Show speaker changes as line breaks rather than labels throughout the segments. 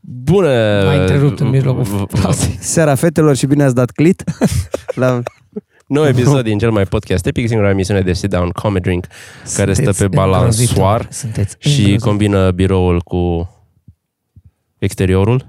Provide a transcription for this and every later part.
Bună!
M-ai întrerupt
Uh,
în mijlocul frazei.
Seara fetelor și bine ați dat clit la
Nou episod din cel mai podcast epic, singura emisiune de sit-down comedy drink care stă
Sunteți
pe balansoar
îngrozitori. Sunteți
și
îngrozitori.
combină biroul cu exteriorul.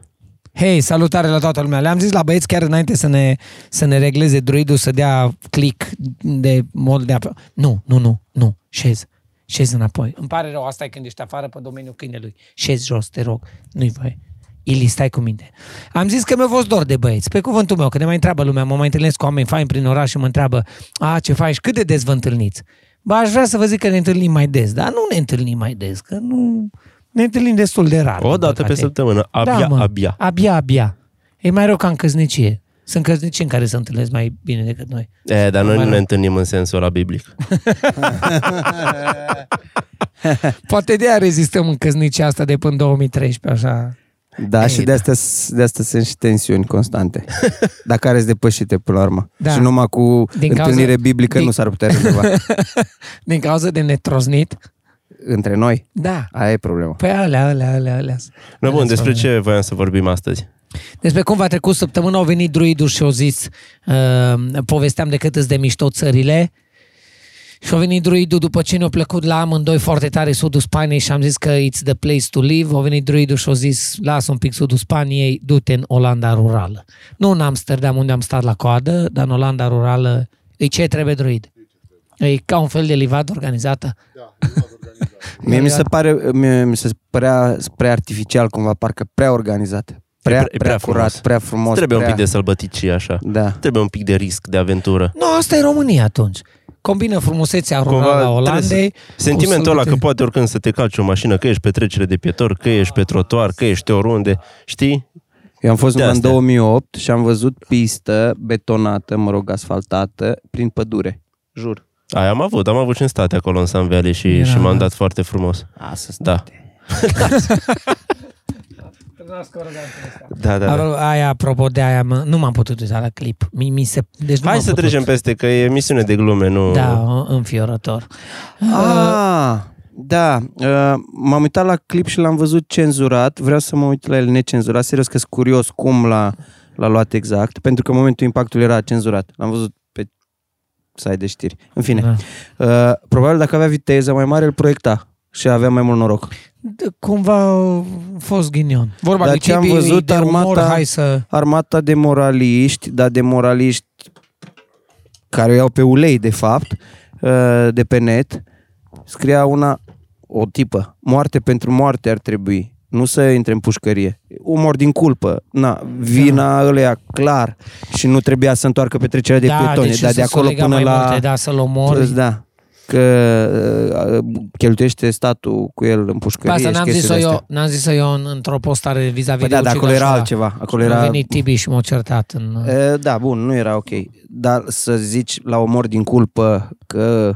Hei, salutare la toată lumea. Le-am zis la băieți chiar înainte să ne, să ne regleze druidul să dea click de mod de apă. Nu, nu, nu, nu. Șez. Șez înapoi. Îmi pare rău, asta e când ești afară pe domeniul câinelui. Șez jos, te rog. Nu-i voie. Ili, stai cu minte. Am zis că mi-a fost dor de băieți, pe cuvântul meu, că ne mai întreabă lumea, mă mai întâlnesc cu oameni faini prin oraș și mă întreabă, a, ce faci, cât de des vă întâlniți? Ba, aș vrea să vă zic că ne întâlnim mai des, dar nu ne întâlnim mai des, că nu... Ne întâlnim destul de rar.
O
din
dată pe
păcate. Da,
săptămână, abia,
mă.
abia.
Abia, abia. E mai rău ca în căznicie. Sunt căznicii în care se întâlnesc mai bine decât noi.
E, dar noi
Mai
nu ne
rău.
întâlnim în sensul ăla biblic.
Poate de-aia rezistăm în căznicia asta de până în 2013, așa.
Da,
Ei,
Ei, și de astea, s- de astea sunt și tensiuni constante. Dar care sunt depășite până la urmă.
Da.
Da. Și numai cu
Din
din
cauza-
întâlnire
din-
biblică din... nu s-ar putea rezolva.
Din cauza de netroznit.
Între noi,
Da.
aia e problema.
Păi alea, alea, alea, alea.
No, bun,
Alea
despre
sunt.
ce voiam să vorbim astăzi?
Despre cum v-a trecut săptămâna, au venit druidul și au zis, uh, povesteam de cât îți de mișto țările, și a venit druidul după ce ne-a plăcut la amândoi foarte tare sudul Spaniei și am zis că it's the place to live. A venit druidul și a zis, lasă un pic sudul Spaniei, du-te în Olanda rurală. Nu în Amsterdam unde am stat la coadă, dar în Olanda rurală e ce trebuie druid. E ca un fel de livadă organizată.
Mie mi se pare, mie, mi se părea prea artificial cumva, parcă prea organizat. Prea,
E
prea,
pre- e prea
prea
frumos.
curat, frumos. prea frumos.
Trebuie
prea...
un pic de sălbăticie, așa.
Da.
Trebuie un pic de risc, de aventură.
Nu, asta e România atunci. Combină frumusețea rurală a
trebuie să-
Olandei. cu
Sentimentul ăla că
sălbătirea.
poate oricând să te calci o mașină, că ești pe trecere de pietor, că ești pe trotuar, că ești oriunde, știi?
Eu am fost
De
numai în
astea.
2008 și am văzut pistă betonată, mă rog, asfaltată, prin pădure. Jur.
Aia am avut, am avut și în state acolo în San Valley și,
Era-
și m-am dat foarte frumos.
Asta
Da. Da, da, da.
Aro- Aia, apropo de aia, mă, nu m-am putut uita la clip. Mi, mi se, deci nu
Hai
m-am
să
putut.
trecem peste, că e emisiune de glume, nu...
Da, o- înfiorător.
Ah, da, uh, m-am uitat la clip și l-am văzut cenzurat, vreau să mă uit la el necenzurat, serios că sunt curios cum l-a, l-a luat exact, pentru că în momentul impactului era cenzurat, l-am văzut pe site de știri. În fine,
Da.
uh, probabil dacă avea viteză mai mare, îl proiecta și avea mai mult noroc.
D- Cumva a fost ghinion. Vorba
Dar
lui
ce am
Tibi,
văzut,
de umor,
armata-
hai să...
Armata de moraliști, dar de moraliști care o iau pe ulei, de fapt, uh, de pe net, scria una, o tipă, moarte pentru moarte ar trebui, nu să intre în pușcărie. Umor din culpă, na, vina
Da.
ălea, clar, și nu trebuia să întoarcă petrecerea de pietoni,
deci
dar
să
de
se
acolo
lega
până
mai
la...
Multe, da, să-l omori.
Da, că uh, cheltuiește statul cu el în
Pe
pușcărie
asta
și
n-am zis-o
chestiile
eu,
astea.
n-am zis-o eu în, într-o postare vis-a-vis
Păi da,
de
dar acolo
ucigașul
era
ăla.
altceva. Acolo
A
era
venit Tibi și m-a certat în...
E, Da, bun, nu era ok. Dar să zici la omor din culpă că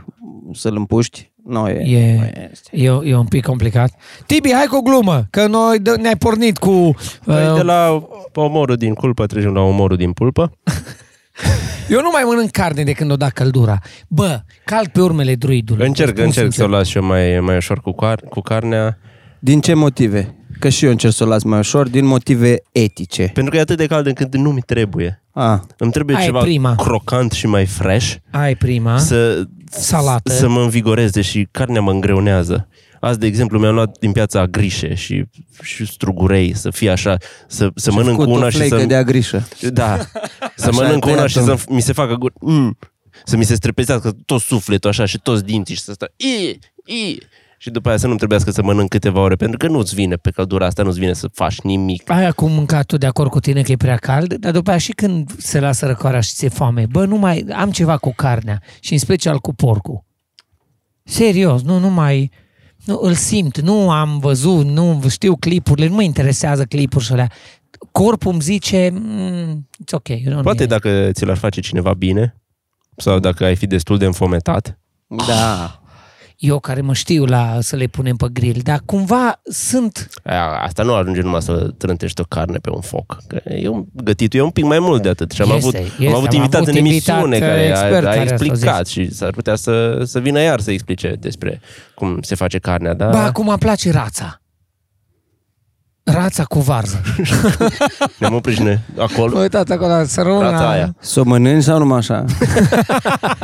să-l împuști, nu e.
E, e, e un pic complicat. Tibi, hai cu o glumă, că noi d- ne-ai pornit cu...
Păi
uh,
de la omorul din culpă trecem la omorul din pulpă.
Eu nu mai mănânc carne de când o da căldura. Bă, calc pe urmele druidului.
Încerc,
Îți Păi, spun
încerc să o
sincer.
las și eu mai, mai ușor cu, car- cu carnea.
Din ce motive? Că și eu încerc să o las mai ușor, din motive etice.
Pentru că e atât de cald încât nu mi trebuie.
A,
Îmi trebuie
Aia e
ceva
prima.
crocant și mai fresh
Ai prima. Să...
să,
Salată.
să mă învigoreze și carnea mă îngreunează. Azi, de exemplu, mi-am luat din piața grișe și, și strugurei, să fie așa, să, să mănânc
cu
cu una și să...
de agrișă.
Da, să
Așa,
mănânc una
tăiat-o.
și să mi se facă gur... Mm. Să mi se strepezească tot sufletul așa și toți dinții și să stă... I, I. Și după aia să nu trebuiască să mănânc câteva ore, pentru că nu-ți vine pe căldura asta, nu-ți vine să faci nimic.
Aia cum mâncatul de acord cu tine că e prea cald, dar după aia și când se lasă răcoarea și ți-e foame, bă, nu mai am ceva cu carnea și în special cu porcul. Serios, nu, nu mai... Nu, îl simt, nu am văzut, nu știu clipurile, nu mă interesează clipuri și alea. Corpul îmi zice, mm, it's ok. you don't
Poate
need it."
dacă ți l-ar face cineva bine, sau dacă ai fi destul de înfometat,
Da.
Eu care mă știu la să le punem pe grill, dar cumva sunt
aia, asta nu ajunge numai să trântești o carne pe un foc. Că e un, gătitul e un pic mai mult de atât. Și am
Este,
avut,
este.
am avut
Am
invitat
avut
în
invitat, uh,
emisiune care a,
expert
a
care a
explicat și s-ar putea să, să vină iar să da? explice despre cum se face carnea. Dar
Ba, acum îmi place rața. Rața cu varză.
Ne-am oprit și noi acolo.
Vă uitați acolo, la sărăuna.
Rața aia.
Să o mănânci sau numai așa?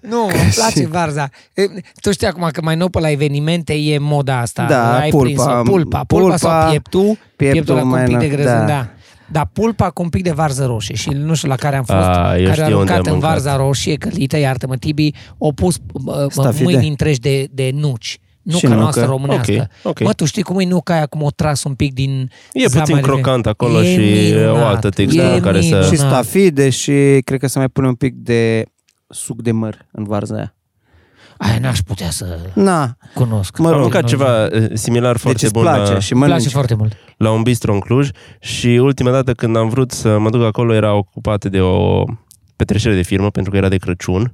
Nu, îmi place varza. E, Tu știi acum că mai nou pe la evenimente e moda asta.
Da,
Ai
pulpa.
prins-o. pulpa. Pulpa sau pieptul. Pieptul, pieptul la cu un
mai
pic de
nou,
grăzun, da.
da.
Dar pulpa cu un pic de varză roșie și nu știu la care am fost,
A, eu știu
care a
unde am
aruncat în
mâncat.
varza roșie călită, iartă-mă Tibi, au pus bă, bă,
Stafide.
mâini întregi de, de nuci.
Și
Nuca
nucă.
noastră românească.
Ok, ok.
Mă, tu știi cum e nuca aia, cum o tras un pic din...
E puțin
zamarele?
crocant acolo și o altă textură
e
care să-
minunat.
și stafide și cred că să mai pune un pic de suc de măr în varza aia.
Aia n-aș putea să
Na,
cunosc.
Mă
Am
rog.
mâncat ceva eh, similar
deci
foarte
îți
bun da. uh,
place
la,
și
Îmi
mănânci.
place foarte mult.
la un bistro în Cluj și ultima dată când am vrut să mă duc acolo era ocupată de o petrecere de firmă pentru că era de Crăciun.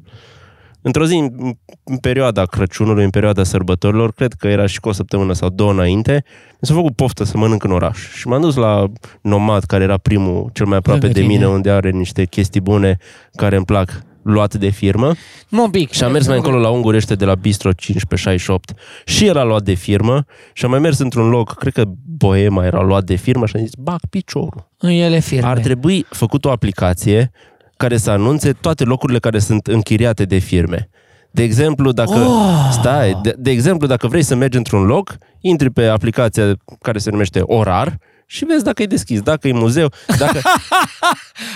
Într-o zi, în în perioada Crăciunului, în perioada sărbătorilor, cred că era și cu o săptămână sau două înainte, mi s-a făcut poftă să mănânc în oraș. Și m-am dus la Nomad, care era primul, cel mai aproape
Lângă
de mine,
tine.
unde are niște chestii bune care îmi plac, luate de firmă.
Mă un pic.
Și am mers mai încolo la Ungurește de la Bistro 1568 și era luat de firmă și am mai mers într-un loc, cred că Boema era luat de firmă și am zis, bag piciorul.
În ele firme.
Ar trebui făcut o aplicație care să anunțe toate locurile care sunt închiriate de firme. De exemplu, dacă
Oh!
oh! stai, de, de exemplu, dacă vrei să mergi într-un loc, intri pe aplicația care se numește Orar și vezi dacă e deschis, dacă e muzeu, Da, dacă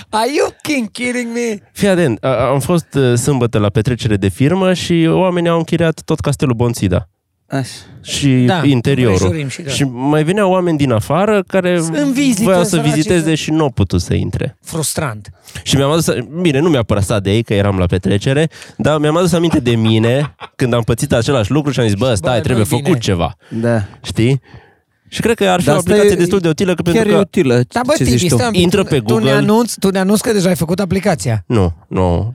Are you fucking kidding me?
Fii atent, a- a- am fost uh, sâmbătă la petrecere de firmă și oamenii au închiriat tot castelul Bonțida
Așa.
și
Da,
da, interiorul.
împrejurim și da.
și mai vineau oameni din afară care
În vizită,
voiau să
săracii,
viziteze
da.
și nu au putut să intre.
Frustrant.
Și mi-am adus, bine, nu mi-a părăsat de ei că eram la petrecere, dar mi-am adus aminte de mine când am pățit același lucru și am zis, bă, stai,
nu-i
trebuie
bine."
făcut ceva,
Da.
știi? Și cred că ar fi
Dar
o
asta
aplicație
e-
destul de utilă, că
Chiar
pentru
e
că...
utilă
Dar bă,
ce
Tibi,
zici tu.
stai un pic.
Intră pe
Tu ne,
Google.
anunți, tu ne anunți că deja ai făcut aplicația.
Nu, nu,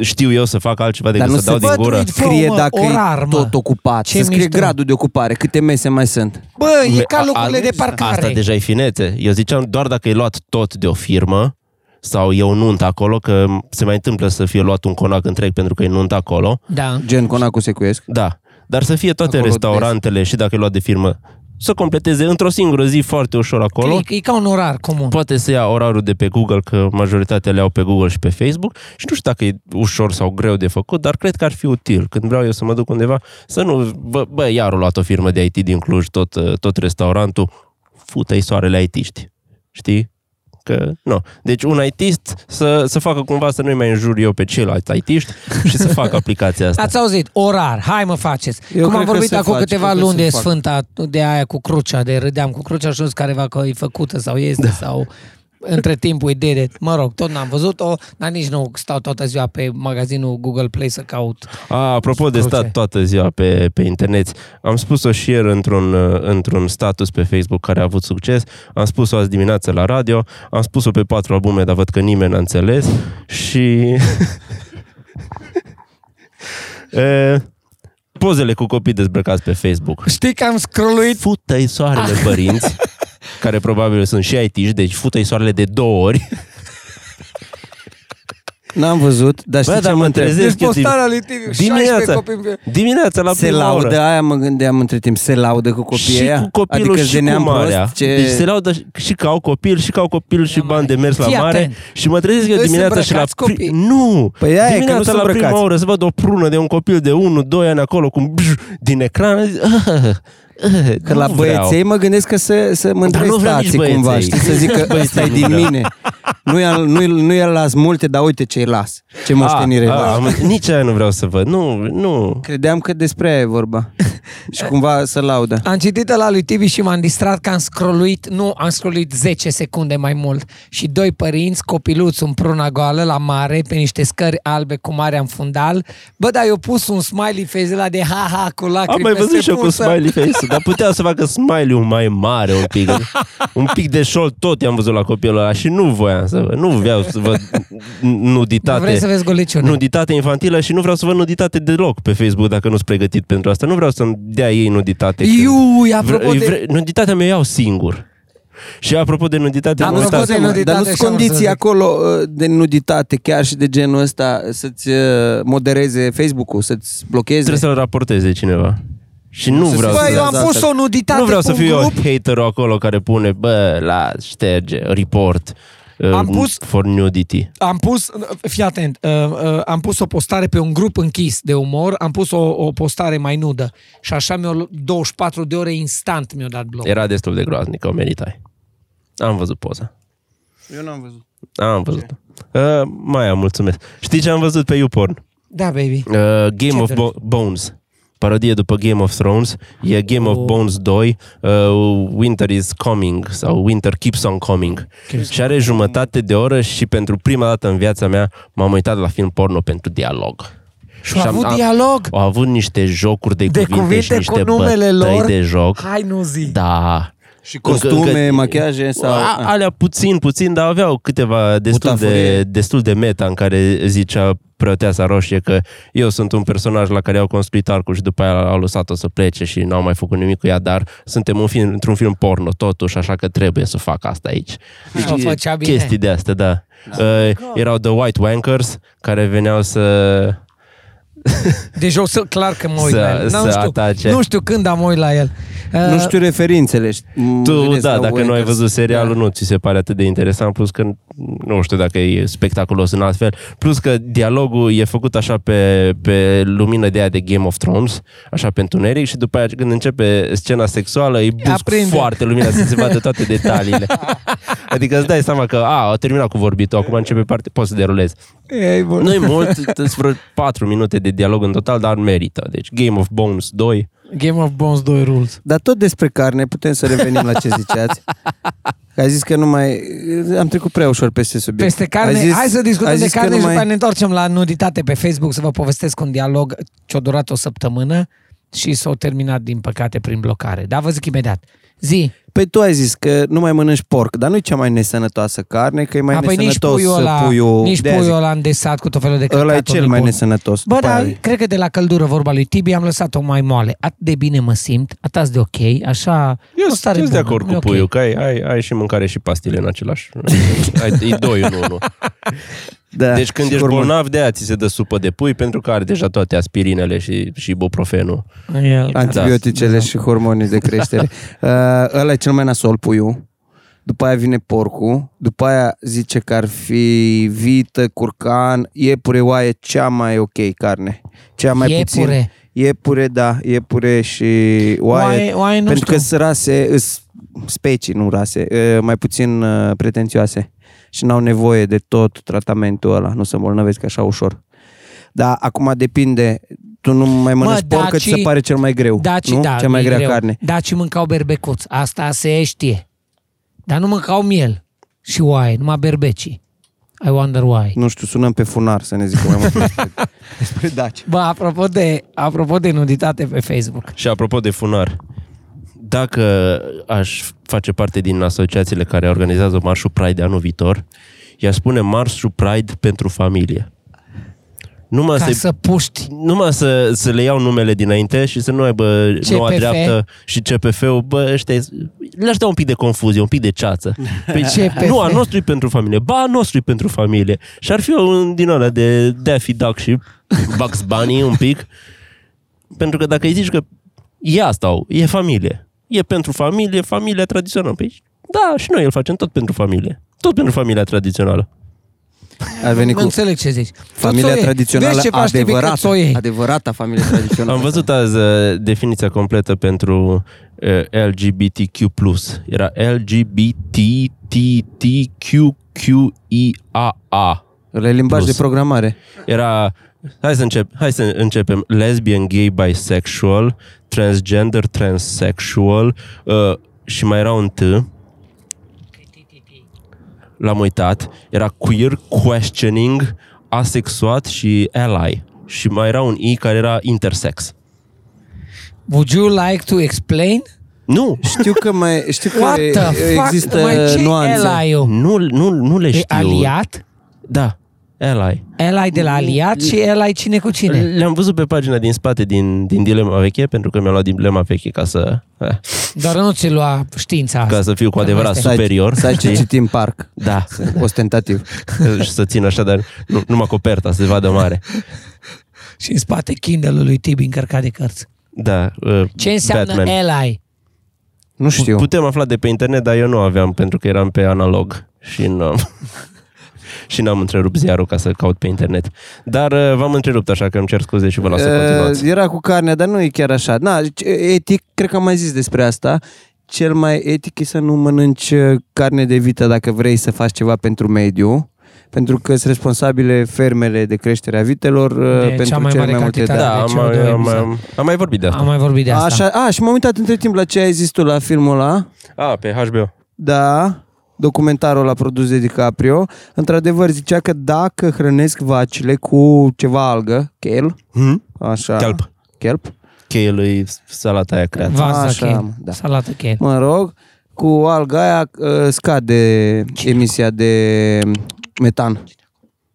știu eu să fac altceva decât
nu
să dau
se
din
bă,
gură.
tu Fă,
Scrie
mă,
dacă
orar,
e
mă.
tot ocupat.
Ce
Se scrie
mișto.
gradul de ocupare, câte mese mai sunt.
Bă, e
Me-
ca
Păi a-
locurile
a-
de parcare.
Asta deja e finețe. Eu ziceam doar dacă e luat tot de o firmă sau e o nuntă acolo, că se mai întâmplă să fie luat un conac întreg pentru că e nuntă acolo.
Da.
Gen Conacul Secuiesc.
Da. Dar să fie toate
Acolo
restaurantele și dacă e luat de firmă, să completeze într-o singură zi foarte ușor acolo. Păi-
E, e ca un orar comun.
Poate să ia orarul de pe Google, că majoritatea le au pe Google și pe Facebook și nu știu dacă e ușor sau greu de făcut, dar cred că ar fi util. Când vreau eu să mă duc undeva, să nu... Bă, bă iar o luat o firmă de IT din Cluj, tot, uh, tot restaurantul, fută-i soarele IT-ști. Știi? Că, nu. Deci un ITist să, să facă cumva să nu-i mai înjur eu pe ceilalți IT-ști și să facă aplicația asta.
Ați auzit, orar, hai mă faceți. Cum
Eu cred
am
că
vorbit
se
acum
face,
câteva
cred că
luni
se
de
fac.
sfânta, de aia cu crucea, de râdeam cu crucea și nu careva că e făcută sau este da. sau între timp e de Mă rog, tot n-am văzut-o, dar nici nu stau toată ziua pe magazinul Google Play să caut.
A, apropo de
Cruce.
stat toată ziua pe, pe internet, am spus-o și ieri într-un, uh, într-un status pe Facebook care a avut succes, am spus-o azi dimineață la radio, am spus-o pe patru albume, dar văd că nimeni n-a înțeles și... e, pozele cu copii dezbrăcați pe Facebook.
Știi că am scrolluit
Fută-i soarele
Ah.
părinți, care probabil sunt și it deci fută-i soarele de două ori.
N-am văzut, dar știi
Bă,
ce
dar
mă
mă
întreb?
trezesc
Deci
eu din-
postarea lui Tiviu, 16
dimineața,
copii în pie-
dimineața la
Se
prima oră.
laudă, aia mă gândeam între timp, se laudă cu copiii
și
aia?
cu copilul
adică
și cu
geneam
marea.
Prost, ce...
Deci se laudă și- și că au copil, și că au copil și
Ia, mare.
bani de mers la
Fii
mare.
atent.
Și mă trezesc eu
Îți
dimineața și la...
îmbrăcați copii.
Nu!
Păi aia e, că nu
dimineața
sunt
la prima
îmbrăcați.
oră să văd o prună de un copil de 1-2 ani acolo cu un bj din ecran. Zic, "Ah, ah,
Că
nu
la
vreau."
băieței mă gândesc că se, se
Dar nu
mândresc
vreau nici
tații
băieței.
cumva, știi, să zic că
Băieței
ăsta e
nu
din
vreau.
mine. Nu i-al, nu-i, nu i-al las multe, dar uite ce-i las, ce moștenire
A,
las.
a, Ah, am- Nici aia nu vreau să văd. Nu, nu.
Credeam că despre aia e vorba. și cumva să laudă.
Am citit la lui Tibi și m-am distrat că am scrolluit, nu, am scrolluit 10 secunde mai mult. Și doi părinți, copiluți în pruna goală la mare, pe niște scări albe cu mare în fundal. Bă, dar eu pus un smiley face la de ha-ha cu lacrimi
Am mai
peste
văzut și eu cu
pulsă.
smiley face dar putea să facă smiley-ul mai mare un pic. un pic de șold tot i-am văzut la copilul ăla și nu voiam să văd. Nu vreau să văd nuditate.
Nu vrei să vezi goliciune.
nuditate infantilă și nu vreau să văd nuditate deloc pe Facebook dacă nu sunt pregătit pentru asta. Nu vreau să-mi dea ei nuditate.
Iui, apropo
Vre-
de-
vre- Nuditatea mea o iau singur. Și apropo de nuditate,
Am
am uitat-
făcut de nuditate
dar nu
și
sunt
am vrut să zic.
condiții acolo uh, de nuditate, chiar și de genul ăsta, să-ți uh, modereze Facebook-ul, să-ți blocheze.
trebuie să-l raporteze cineva. Și nu
se
vreau
Bă,
să...
Bă, eu am
asta.
pus
exact.
o nuditate
Nu vreau
pe
să
un
fiu
grup.
eu haterul acolo care pune, bă, la șterge, report, uh,
Am pus-
for nudity.
Am pus, fii atent, uh, uh, am pus o postare pe un grup închis de umor, am pus o, o postare mai nudă și așa mi-o lu- 24 de ore instant mi-o dat bloc.
Era destul de groaznic, o meritai. Am văzut poza.
Eu n-am văzut.
Am văzut. Uh, mai am mulțumesc. Știi ce am văzut pe YouPorn?
Da, baby.
Uh, Game of
vrei?
Bo- Bones. Parodie după Game of Thrones. E Game of
Oh.
Bones 2. Uh, Winter is coming. Sau Winter keeps on coming. Și are jumătate de oră și pentru prima dată în viața mea m-am uitat la film porno pentru dialog.
Și a
Și am-
avut
am-
dialog
Au avut niște jocuri de,
de
cuvinte, și
cuvinte cu
niște
numele
bătăi
lor.
de joc.
Hai nu zi.
Da.
Și costume,
Încă- încă-
machiaje sau... Ah.
A, alea puțin, puțin, dar aveau câteva destul de,
Butafurie.
destul de meta în care zicea preoteasa roșie că eu sunt un personaj la care au construit arcul și după aia au lăsat-o să plece și n-au mai făcut nimic cu ea, dar suntem un film, într-un film porno totuși, așa că trebuie să fac asta aici.
o făcea bine.
chestii de astea, da. da. Uh, erau The White Wankers care veneau să...
Deci eu să, clar că mă uit
Să-
la el.
să
Nu
atace.
știu, nu știu când am uit la el. Uh,
Nu știu referințele. șt-
Tu,
vedeți,
da,
la Da.
dacă nu ai
Wankers.
văzut serialul, nu ți se pare atât de interesant, plus că nu știu dacă e spectaculos în altfel, plus că dialogul e făcut așa pe, pe lumină de aia de Game of Thrones, așa pe întuneric și după aia când începe scena sexuală îi busc
Aprinde.
foarte lumina să se vadă toate detaliile. adică îți dai seama că a, a terminat cu vorbitul, acum începe parte, poți să derulezi.
Da.
Ei, bun.
Nu e mult, sunt vreo 4 minute de dialog în total, dar merită. Deci Game of Bones 2,
Game of Bones 2 Rules.
Dar tot despre carne putem să revenim la ce ziceați. Că Ai zis că nu mai... Am trecut prea ușor peste subiect.
Peste carne,
Ai
zis, hai să discutăm
ai
de
zis că
carne
nu
și după
mai-
aia ne întoarcem la nuditate pe Facebook să vă povestesc un dialog ce-a durat o săptămână și s-a terminat, din păcate, prin blocare. Dar vă zic imediat. Zi,
Păi tu ai zis că nu mai mănânci porc, dar nu e cea mai nesănătoasă carne, că e mai
a, păi nici
nesănătos
puiul ăla,
puiul...
nici
de-aia
puiul
zic,
ăla îndesat cu tot felul de
Ăla e
căcaturi,
cel
nu-i
mai
bun.
nesănătos.
Bă,
după
dar
aia-
cred că de la căldură, vorba lui Tibi, am lăsat-o mai moale. Atât de bine mă simt, atât de ok, așa...
Eu
o stare
sunt de
bună,
acord
e
cu
ok.
puiul, că ai, ai, ai și mâncare și pastile în același. ai, e doi în unul.
Da,
Deci când
și
ești
hormoni.
bolnav, de aia ți se dă supă de pui, pentru că
Deci-
are deja toate aspirinele și, și ibuprofenul.
E- da.
Antibioticele și hormonii de creștere. uh, ăla e cel mai nasol puiul. După aia vine porcul, după aia zice că ar fi vită, curcan, iepure, oaie, cea mai ok carne. Cea mai puțin.
Iepure.
Iepure, da, iepure și oaie.
Oaie- oaie nu
pentru
știu.
că sunt rase, îs specii, nu rase, uh, mai puțin uh, pretențioase și n-au nevoie de tot tratamentul ăla, nu se îmbolnăvesc așa ușor. Dar acum depinde, tu nu mai mănci porc, că ți se
dacii-
pare cel mai greu
Daci,
nu?
da,
Cea mai
e
grea
greu.
carne.
Dacii mâncau berbecuț, asta se știe. Dar nu mâncau miel și oaie, numai berbecii. I wonder why.
Nu știu, sunăm pe funar să ne zică mai mult despre- despre daci.
Bă, apropo de, apropo de nuditate pe Facebook.
Și apropo de funar, dacă aș face parte din asociațiile care organizează Marșul Pride anul viitor, ea spune Marșul Pride pentru familie. Numai
Ca
să-i
să puști.
numai să, să le iau numele dinainte și să nu aibă
CPF.
noua dreaptă și CPF-ul, bă, ăștia, le-aș da un pic de confuzie, un pic de ceață. Păi,
CPF.
Nu, a nostru e pentru familie, ba, a nostru e pentru familie. Și ar fi un din ăla de Daffy Duck și Bugs Bunny un pic. Pentru că dacă îi zici că e asta, o, e familie, e pentru familie, familia tradițională. Păi, da, și noi îl facem tot pentru familie. Tot pentru familia tradițională.
A venit
Nu
cu
înțeleg ce zici. Tot
familia
țoie.
tradițională
Vezi ce faci, Tibi, cât
adevărată.
țoie.
Adevărata familie tradițională.
Am văzut azi uh, definiția completă pentru uh, LGBTQ+. Era LGBTTQQIAA.
Le limbaj de
Plus.
programare.
Era, hai să, încep, hai să începem, lesbian, gay, bisexual, transgender, transsexual uh, și mai era un T. L-am uitat. Era queer, questioning, asexuat și ally. Și mai era un I care era intersex.
Would you like to explain?
Nu,
Știu că mai știu
What
că
the fuck? Mai
există
ce e
nuanțe.
Elai-ul?
nu, nu, nu le
E
știu.
aliat?
Da, ally.
Elai de la aliat și Elai cine cu cine?
Păi-
Le-am văzut pe pagina din spate din, din dilema veche, pentru că mi-am luat dilema veche ca să, eh,
Doar nu ți lua știința asta.
ca să fiu cu adevărat
asta
Să ai-
superior.
Să ai ce
știi?
citim parc.
Da,
Ostentativ.
și să țin așa, dar nu, numai coperta, să se vadă mare.
Și în spate Kindle-ul lui Tibi încărcat de cărți.
Da, uh,
Ce înseamnă
Batman.
Batman. ally?
Nu știu.
Putem afla de pe internet, dar eu nu aveam pentru că eram pe analog și nu am... și n-am întrerupt ziarul ca să caut pe internet. Dar uh, v-am întrerupt așa că îmi cer scuze și vă las să continuați.
Uh, era cu carnea, dar nu e chiar așa. Na, deci, etic, cred că am mai zis despre asta. Cel mai etic e să nu mănânci uh, carne de vită dacă vrei să faci ceva pentru mediu, pentru că sunt responsabile fermele de creșterea vitelor uh,
De
pentru
cea mai
cele
mare
mai multe
cantitate.
da.
Da,
de
am
CO2
mai, am, mai,
emisat.
am mai vorbit de
exact. Am
asta.
mai vorbit de asta.
Așa, a, și m-am uitat între timp la ce ai zis tu la filmul ăla.
A, Ah, pe HBO.
Da, documentarul la produs de DiCaprio. Într-adevăr, zicea că dacă hrănesc vacile cu ceva algă, chel,
Hmm?
așa.
Kelp.
Kelp.
Cheie lui salata aia creată.
Vaza
Așa,
chel,
da.
salată chel.
Mă rog, cu alga aia uh, scade emisia de metan.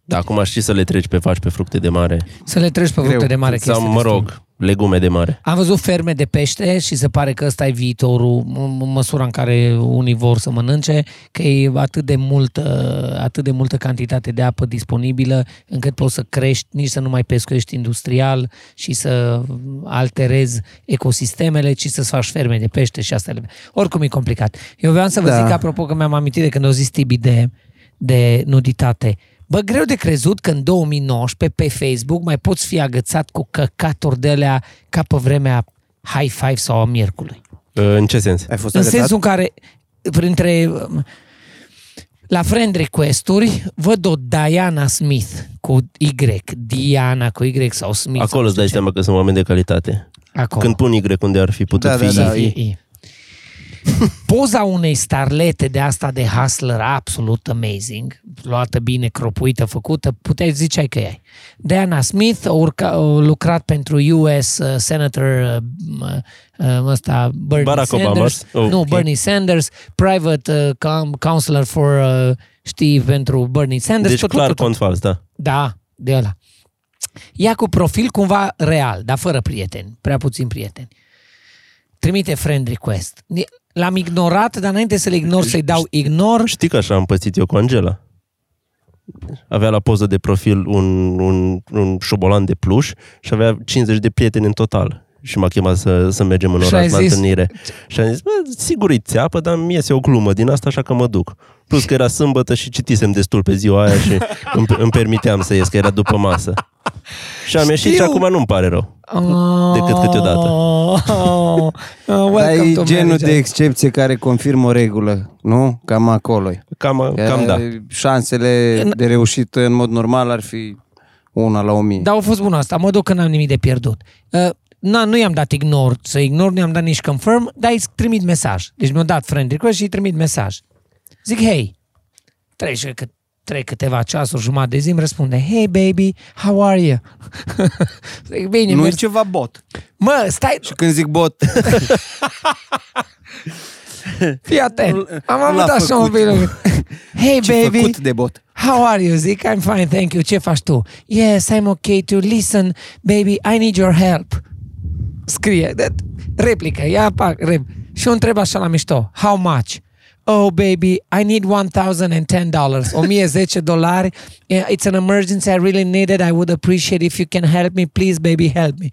Da, acum știi să le treci pe faci pe fructe de mare.
Să le treci pe
Greu.
vârte de mare
Sau,
chestie.
mă rog, legume de mare.
Am văzut ferme de pește și se pare că ăsta e viitorul, în în măsura în care unii vor să mănânce, că e atât de multă, atât de multă cantitate de apă disponibilă, încât poți să crești, nici să nu mai pescuiești industrial și să alterezi ecosistemele, ci să-ți faci ferme de pește și astea. le- Oricum e complicat. Eu vreau să vă
Da.
zic, apropo, că mi-am amintit de când au zis Tibi de, de nuditate. Bă, greu de crezut că în 2019 pe Facebook mai poți fi agățat cu căcaturi de alea ca pe vremea High Five sau a Miercului.
În ce sens?
Ai fost
În
agățat?
sensul în care, printre... um, La friend request-uri, văd o Diana Smith cu Y, Diana cu Y sau Smith.
Acolo
sau
îți dai seama că sunt oameni de calitate.
Acolo.
Când pun Y unde ar fi putut
Da,
fi
da,
I.
da.
I, I, I. Poza unei starlete de asta de hustler absolut amazing, luată bine, cropuită, făcută, puteai zice că e. Diana Smith a, urca, a lucrat pentru US uh, Senator uh, m- uh, ăsta, Bernie
Barack Obama.
Sanders.
Oh,
nu,
ok.
Bernie Sanders, private uh, com- counselor for, uh, știi, pentru Bernie Sanders.
Deci
Tot,
clar
tot, tot, tot.
cont fals, da.
Da, de ăla. Ea cu profil cumva real, dar fără prieteni, prea puțin prieteni. Trimite friend request. Ni- L-am ignorat, dar înainte să-l ignor, să-i dau ignor.
Știi că așa am pățit eu cu Angela. Avea la poză de profil un, un, un șobolan de pluș și avea 50 de prieteni în total. Și m-a chemat să, să mergem în
Și
oraș
ai
la
zis-
întâlnire. Și am zis, bă, sigur e țeapă, dar mi iese o glumă din asta, așa că mă duc. Plus că era sâmbătă și citisem destul pe ziua aia și îmi, îmi permiteam să ies, că era după masă. Și am ieșit și
Știu.
acum nu-mi pare rău. Decât câteodată.
Oh,
Dar
welcome
e
to
genul
marriage.
de excepție care confirmă o regulă, nu? Cam acolo
Cam, cam da.
Șansele de reușită în mod normal ar fi una la o mie.
Dar a fost bună asta, mă duc că n-am nimic de pierdut. Uh, na, nu i-am dat ignor, să ignor, nu i-am dat nici confirm, dar îi trimit mesaj. Deci mi-a dat friend request și îi trimit mesaj. Zic, hei, trece cât trec câteva ceasuri, jumătate de zi, îmi răspunde, hey baby, how are you? Zic, bine,
nu e
mergi.
ceva bot.
Mă, stai,
Și când zic bot,
fii atent.
L-
Am avut
l-a
așa un
făcut.
pic. Hey
ce
baby,
făcut de bot.
How are you? Zic, I'm fine, thank you. Ce faci tu? Yes, I'm okay to listen, baby, I need your help. Scrie, de- replică, ia pac, rep. Și o întreb așa la mișto, how much? Oh, baby, I need $1,010, 1010 dolari. Yeah, It's an emergency, I really need it. I would appreciate if you can help me. Please, baby, help me.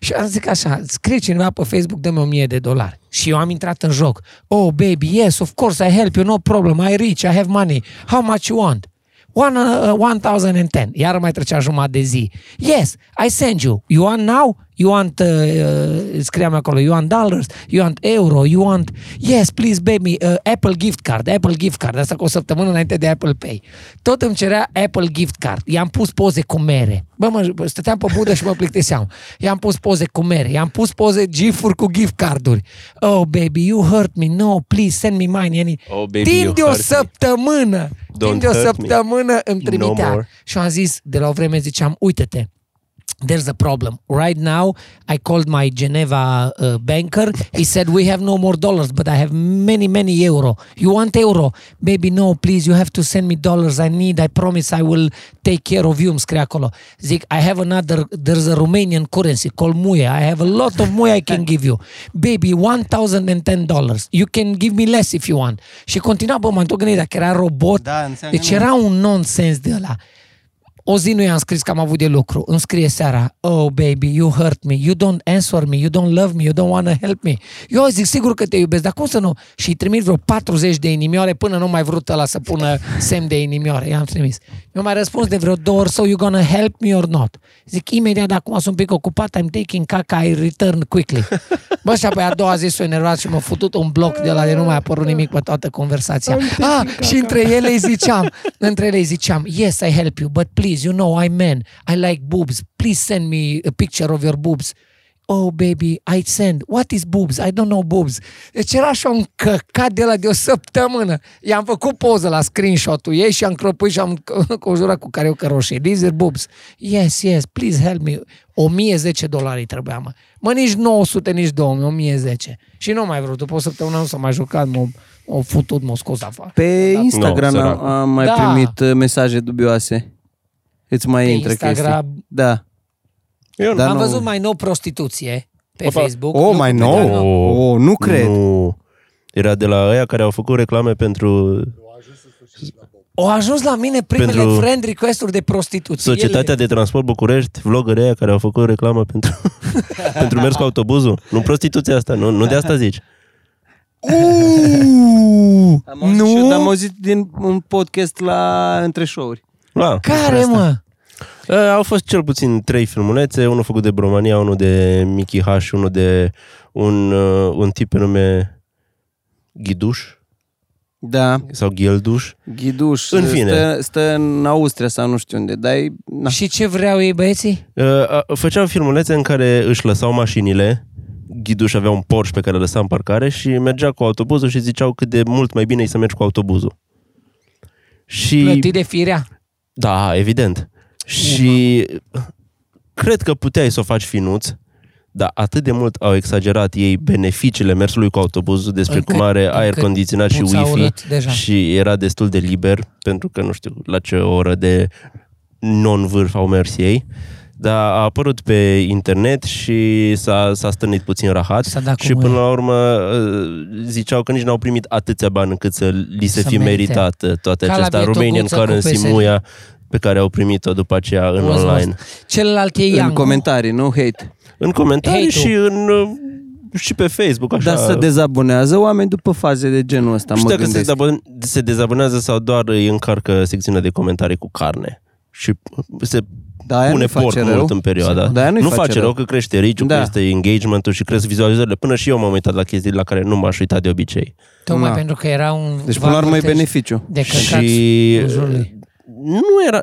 Și am zic așa, scrie cineva pe Facebook, dă-mi 1000 de dolari. Și eu am intrat în joc. Oh, baby, yes, of course, I help you, no problem. I rich, I have money. How much you want? One, uh, 1010. Iar mai trecea jumătate de zi. Yes, I send you. You want now? You want, uh, uh, scriam acolo, you want dollars? You want euro? You want... Yes, please, baby, uh, Apple gift card, Apple gift card. Asta cu o săptămână înainte de Apple Pay. Tot îmi cerea Apple gift card. I-am pus poze cu mere. Bă, mă, bă, stăteam pe budă și mă plictiseam. I-am pus poze cu mere. I-am pus poze gifuri cu gift carduri. Oh, baby, you hurt me. No, please, send me mine. Any...
Oh, baby, you
Timp de o
hurt me.
săptămână. Timp
Don't
de o
hurt me.
săptămână îmi trimitea.
more.
Și am zis, de la o vreme ziceam, uite-te, there's a problem. Right now, I called my Geneva uh, banker. He said, we have no more dollars, but I have many, many euro. You want euro? Baby, no, please, you have to send me dollars. I need, I promise I will take care of you, îmi scrie acolo. Zic, I have another, there's a Romanian currency called Muia. I have a lot of Muia I can give you. Baby, $1,010. You can give me less if you want. Și continua, bă, m-am tot gândit, dacă era robot,
Da, înseamnă
deci era un nonsens de ăla. O zi nu i-am scris că am avut de lucru. Îmi scrie seara, oh baby, you hurt me, you don't answer me, you don't love me, you don't wanna help me. Eu zic, sigur că te iubesc, dar cum să nu? Și îi trimit vreo 40 de inimioare până nu mai vrut ăla să pună semn de inimioare. I-am trimis. Mi-a mai răspuns de vreo două ori, so you gonna help me or not? Zic, imediat, acum sunt un pic ocupat, I'm taking caca, I return quickly. Bă, și apoi a doua zi s-a enervat și m-a futut un bloc de la de nu mai a apărut nimic pe toată conversația. Ah, și între ele îi ziceam, între ele îi ziceam, yes, I help you, but please, you know, I'm man, I like boobs, please send me a picture of your boobs. Oh, baby, I send. What is boobs? I don't know boobs. Deci era așa un căcat de la de o săptămână. I-am făcut poză la screenshot-ul ei și am cropit și am conjurat cu care eu că roșie. These are boobs. Yes, yes, please help me. 1010 dolari trebuia, mă. Mă, nici 900, nici 2000, 1010. Și nu mai vrut. După o săptămână nu s-a mai jucat, m-a, m-a futut, m-a scos afară.
Pe Instagram
No,
am,
sărac.
am mai
Da.
primit uh, mesaje dubioase. Îți mai
Pe
intră
Instagram.
chestii. Da.
Eu
Dar
am
nu-
văzut mai nou prostituție pe
Opa.
Facebook.
Oh,
Nu,
mai
pe
nou?
care nu.
Oh, nu cred.
Nu. Era de la ăia care au făcut reclame pentru
Au ajuns la mine primele
Pentru-
friend request-uri de prostituție.
Societatea de Transport București, vlogării aia care au făcut reclamă pentru, pentru mers cu autobuzul. Nu prostituția asta, nu, nu de asta zici.
Uuu,
Am auzit și eu, dar am
nu?
auzit din un podcast la între show-uri.
Da.
Care, mă?
Uh, Au fost cel puțin trei filmulețe, unul făcut de Bromania, unul de Mickey H și unul de un, uh, un tip pe nume Ghiduș
Da.
sau Ghelduș.
Ghiduș.
În fine.
Stă, stă în Austria sau nu știu unde, dar e- na.
Și ce vreau ei, băieții?
Uh, a- Făceau filmulețe în care își lăsau mașinile, Ghiduș avea un Porsche pe care îl lăsa în parcare și mergea cu autobuzul și ziceau cât de mult mai bine e să mergi cu autobuzul. Și...
Plătit de firea.
Da, evident. Și cred că puteai să o faci finuț, dar atât de mult au exagerat ei beneficiile mersului cu autobuzul despre
Încât-
cum are aer
încât
condiționat și
puța a
wifi
urât deja.
și era destul de liber pentru că nu știu la ce oră de non-vârf au mers ei. Dar a apărut pe internet și s-a, s-a stănit puțin rahat
S-a dat cu
și până
mâna.
la urmă uh, ziceau că nici n-au primit atâția bani încât să li se
Să
fi
merite.
meritat uh, toate
Ca la
acestea.
Vieto
Romanian
Guță cu
currency
PSD.
muia pe care au primit-o după aceea în
Rost,
online.
rost. Celălalt e
în
Iancu.
comentarii, nu hate.
În comentarii
Hate-ul.
și în uh, și pe Facebook, așa.
Dar Da, să dezabonează oameni după faze de genul ăsta,
nu știu
mă
dacă se,
gândesc.
dezabon- se dezabonează sau doar îi încarcă secțiunea de comentarii cu carne. Și se
Da, aia
pune
nu-i face
porc
rău.
mult în perioada.
Da, aia nu-i
nu
face
face
rău.
rău că crește riciul,
Da.
da. crește engagement-ul și cresc vizualizările. Până și eu m-am uitat la chestii la care nu m-aș uita de obicei.
Tocmai
Na.
pentru că era un...
Da. Deci, până la urmă, e
vanvârtej
beneficiu.
De căcați
și uh,
în jurul lui.
nu era,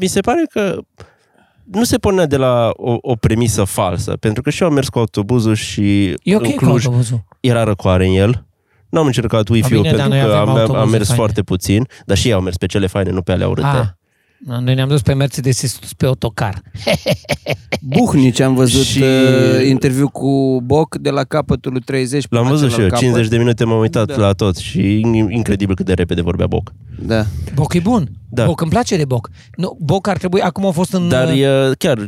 mi se pare că nu se pornea de la o, o premisă falsă, pentru că și eu am mers cu autobuzul și
E ok
în
cu
Cluj
autobuzul.
era răcoare în el. N-am încercat Wi-Fi-ul
bine, dar
pentru
noi
că
avem
am, am
autobuze
mers
faine.
foarte puțin, dar și ei au mers pe cele faine, nu pe alea urâte.
Ah, noi ne-am dus pe Mercedes și sus pe autocar.
Buhnici am văzut
Și-
și... uh, interviu cu Boc de la capătul lui 30.
L-am
până
văzut și eu,
celălalt
50 de minute m-am uitat
Da.
la tot și in- incredibil cât de repede vorbea Boc.
capăt. Da.
Boc e bun.
Da.
Boc, îmi place de Boc. Nu, Boc ar trebui... Acum a fost în...
Dar e, chiar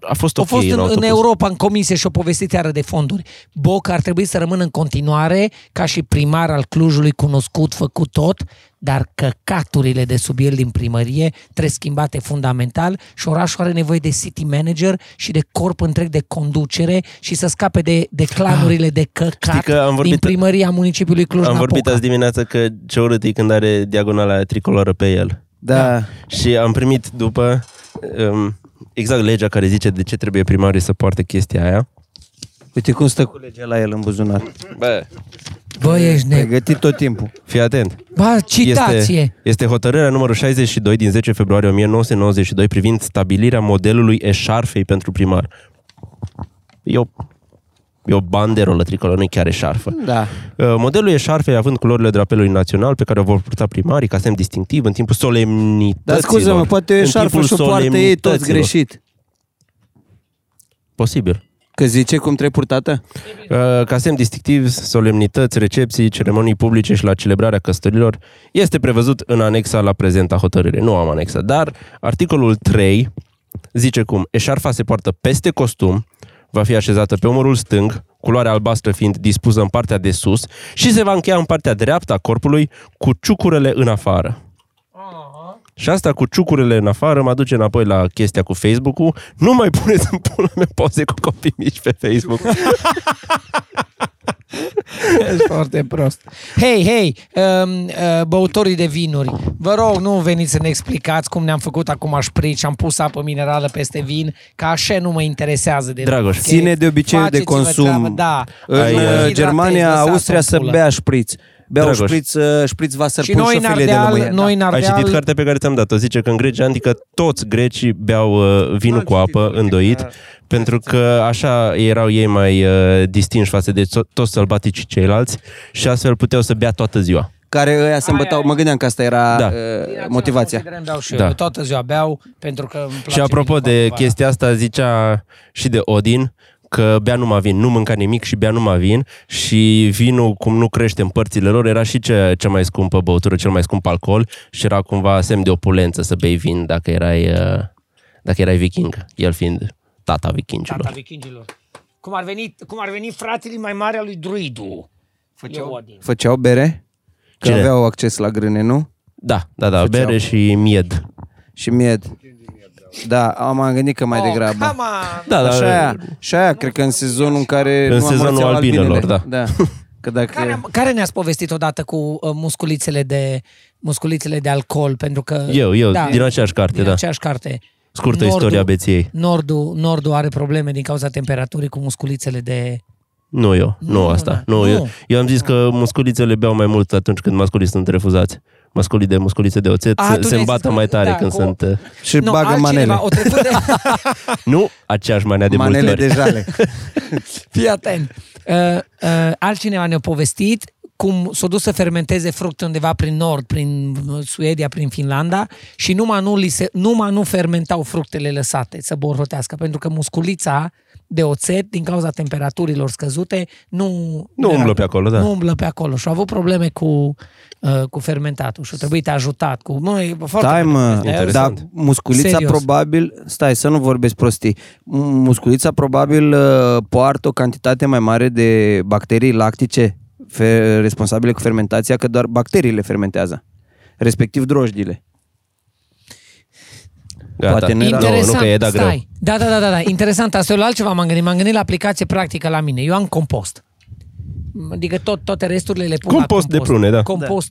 a fost
Au
ok
Da. fost
în,
în, în,
autobuz.
Europa, în comisie și o povestit iară de fonduri. Boc ar trebui să rămână în continuare ca și primar al Clujului, cunoscut, făcut tot, dar căcaturile de sub el din primărie trebuie schimbate fundamental și orașul are nevoie de city manager și de corp întreg de conducere și să scape de, de clanurile de căcat
Ah. că am vorbit-
din primăria municipiului cluj
Am vorbit azi dimineață că ce urât e când are diagonala aia tricoloră pe el.
Da.
Și am primit după um, exact legea care zice de ce trebuie primarii să poarte chestia aia.
Uite cum stă cu legea la el în buzunar.
Bă,
Bă, ești ne...
Pregătit tot timpul.
fii atent.
Bă, citație!
Păi, Este, este hotărârea numărul 62 din 10 februarie 1992 privind stabilirea modelului eșarfei pentru primar. E o, e o banderolă tricolor, nu chiar eșarfă.
Da.
Uh, Modelul eșarfei având culorile drapelului național pe care o vor purta primarii ca semn distinctiv în timpul solemnităților.
Dar scuze-mă, poate
În
e șarful
timpul
și o poartă ei toți
solemnităților.
greșit.
Posibil.
Că zice cum trebuie purtată?
Uh, Ca semn distinctiv, solemnități, recepții, ceremonii publice și la celebrarea căsătorilor este prevăzut în anexa la prezenta hotărâre. Nu am anexa, dar articolul 3 zice cum eșarfa se poartă peste costum, va fi așezată pe umărul stâng, culoarea albastră fiind dispusă în partea de sus și se va încheia în partea dreaptă a corpului cu ciucurele în afară. Și asta cu ciucurile în afară mă aduce înapoi la chestia cu Facebook-ul. Nu mai puneți în pula mea poze cu copii mici pe Facebook.
Ești foarte prost. Hei, hei, um, uh, băutorii de vinuri, vă rog, nu veniți să ne explicați cum ne-am făcut acum șprici, am pus apă minerală peste vin, ca așa nu mă interesează de
Dragoș,
ok?
Ține de obiceiul de
Faceți-vă
consum.
treabă, Da. exact
În
Ai,
uh,
hidratezi,
Germania,
lăsați-o
Austria
în
să
pulă.
bea șpriț. Beau
Dragoș.
șpriț, uh, șpriț vasăr
Și
pun
noi în
și o filet de
Ardeal,
lămâie. Da.
noi în
Ai
Ardeal,
citit cartea pe care ți-am dat-o. Zice că în Grecia antică toți grecii beau uh, vinul cu apă îndoit, pentru că așa erau ei mai uh, distinși față de to- toți sălbaticii ceilalți și astfel puteau să bea toată ziua.
Care ăia se îmbătau, mă gândeam că asta era
Da.
uh, motivația.
Considerăm, beau și eu.
Da.
Eu toată ziua beau pentru că îmi place da.
și apropo
vinul cu
de
apă.
chestia asta, zicea și de Odin că bea numai vin, nu mânca nimic și bea numai vin și vinul, cum nu crește în părțile lor, era și cea, cea mai scumpă băutură, cel mai scump alcool și era cumva semn de opulență să bei vin dacă erai, uh, dacă erai viking, el fiind tata vikingilor.
Tata vikingilor. Cum ar veni, cum ar veni fratele mai mare al lui Druidu. Eu, Odin.
Făceau bere? Că
Cine?
aveau acces la grâne, nu?
Da, da, da, bere și mied.
Și mied. Da, am- m-am gândit că mai degrabă.
Oh, come on.
Da, da,
Așa aia, și aia, cred că în sezonul în care...
În
nu am
sezonul
mărțeau
albinelor,
da. Că
Care,
dacă...
care ne-ați povestit odată cu uh, musculițele de musculițele de alcool? Pentru că
Eu, eu, din aceeași carte,
din
da.
aceeași carte.
Scurtă istoria beției.
Nordul, Nordul are probleme din cauza temperaturii cu musculițele de...
Nu eu, nu,
Nu,
asta.
nu,
Nu,
nu.
Eu, eu am zis că musculițele beau mai mult atunci când masculii sunt refuzați. Masculii de musculițe de oțet
A,
se,
tu
se
ne-ai
îmbată
zis-
mai tare
da,
când
cu-
sunt... uh,
Și bagă manele.
O trecut de...
Nu aceeași manea de
manele
multe
de
ori.
jale.
Fii atent. Uh, uh, altcineva ne-a povestit cum s-a dus să fermenteze fructe undeva prin nord, prin uh, Suedia, prin Finlanda și numai nu, li se, numai nu fermentau fructele lăsate să borrotească, pentru că musculița de oțet, din cauza temperaturilor scăzute, nu...
Nu umblă pe acolo, da.
Nu umblă pe acolo și au avut probleme cu, uh, cu fermentatul și a trebuit ajutat cu... Nu, e foarte
Stai mă,
interesant.
dar musculița
Serios.
probabil, stai să nu vorbesc prostii, musculița probabil uh, poartă o cantitate mai mare de bacterii lactice fe- responsabile cu fermentația, că doar bacteriile fermentează, respectiv drojdile.
Gata.
Poate nu era-
nu, nu că e da
stai.
greu.
Da, da, da, da, da. Interesant, asta eu la altceva m-am gândit. M-am gândit la aplicație practică la mine. Eu am compost. Adică tot, toate resturile le pun
Compost de
la compost.
prune, da.
Compost,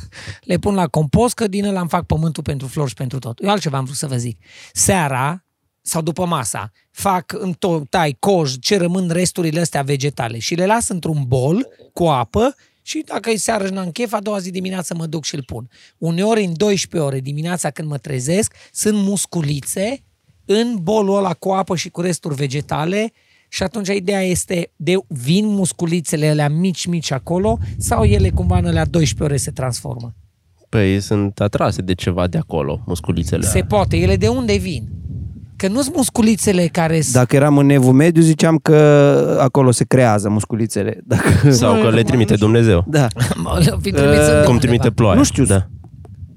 le pun la compost, că din ăla îmi fac pământul pentru flori și pentru tot. Eu altceva am vrut să vă zic. Seara sau după masa, fac, îmi to- tai coj, ce rămân resturile astea vegetale și le las într-un bol cu apă și dacă e seară și n-am chef, a doua zi dimineață mă duc și îl pun. Uneori în 12 ore dimineața când mă trezesc, sunt musculițe în bolul ăla cu apă și cu resturi vegetale și atunci ideea este de vin musculițele alea mici, mici acolo sau ele cumva în alea 12 ore se transformă?
Păi sunt atrase de ceva de acolo, musculițele.
Se poate. Ele de unde vin? Că nu sunt musculițele
Da.
care sunt...
Dacă eram în evul mediu, ziceam că acolo se creează musculițele. Dacă...
Sau că le trimite Dumnezeu.
Da.
Mă, fi trimis undeva.
Cum trimite ploaia.
Nu știu.
Da.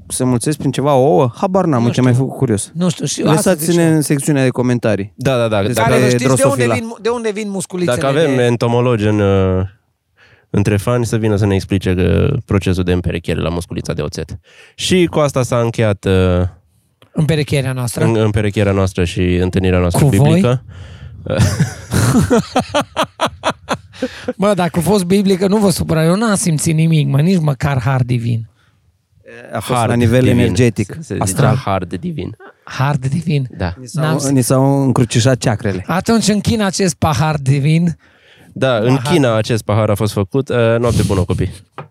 Se mulțesc prin ceva ouă? Habar n-am, ce mai făcut curios.
Nu știu, și eu asta zic
Lăsați-ne în secțiunea de comentarii.
Da, da, da.
Despre-
Care
Dacă,
nu știți de unde,
drosofila.
vin, de unde vin musculițele?
dacă avem
de...
entomologi în, uh, între fani, să vină să ne explice că procesul de împerechiere la musculița de oțet. Și cu asta s-a încheiat uh,
Da.
în perecherea noastră.
în, împerecherea noastră și întâlnirea noastră
Cu voi?
biblică.
Bă, dacă a fost biblică, nu vă supăra. Eu n-am simțit nimic, mă, nici măcar har divin.
A fost la nivel
divin.
energetic,
Se astral.
astral.
hard divin.
Hard divin.
Da.
N-am
Sau, ni s-au încrucișat ceacrele.
Atunci închin acest pahar divin.
Da, în China acest pahar a fost făcut. Uh, Noapte bună, copii!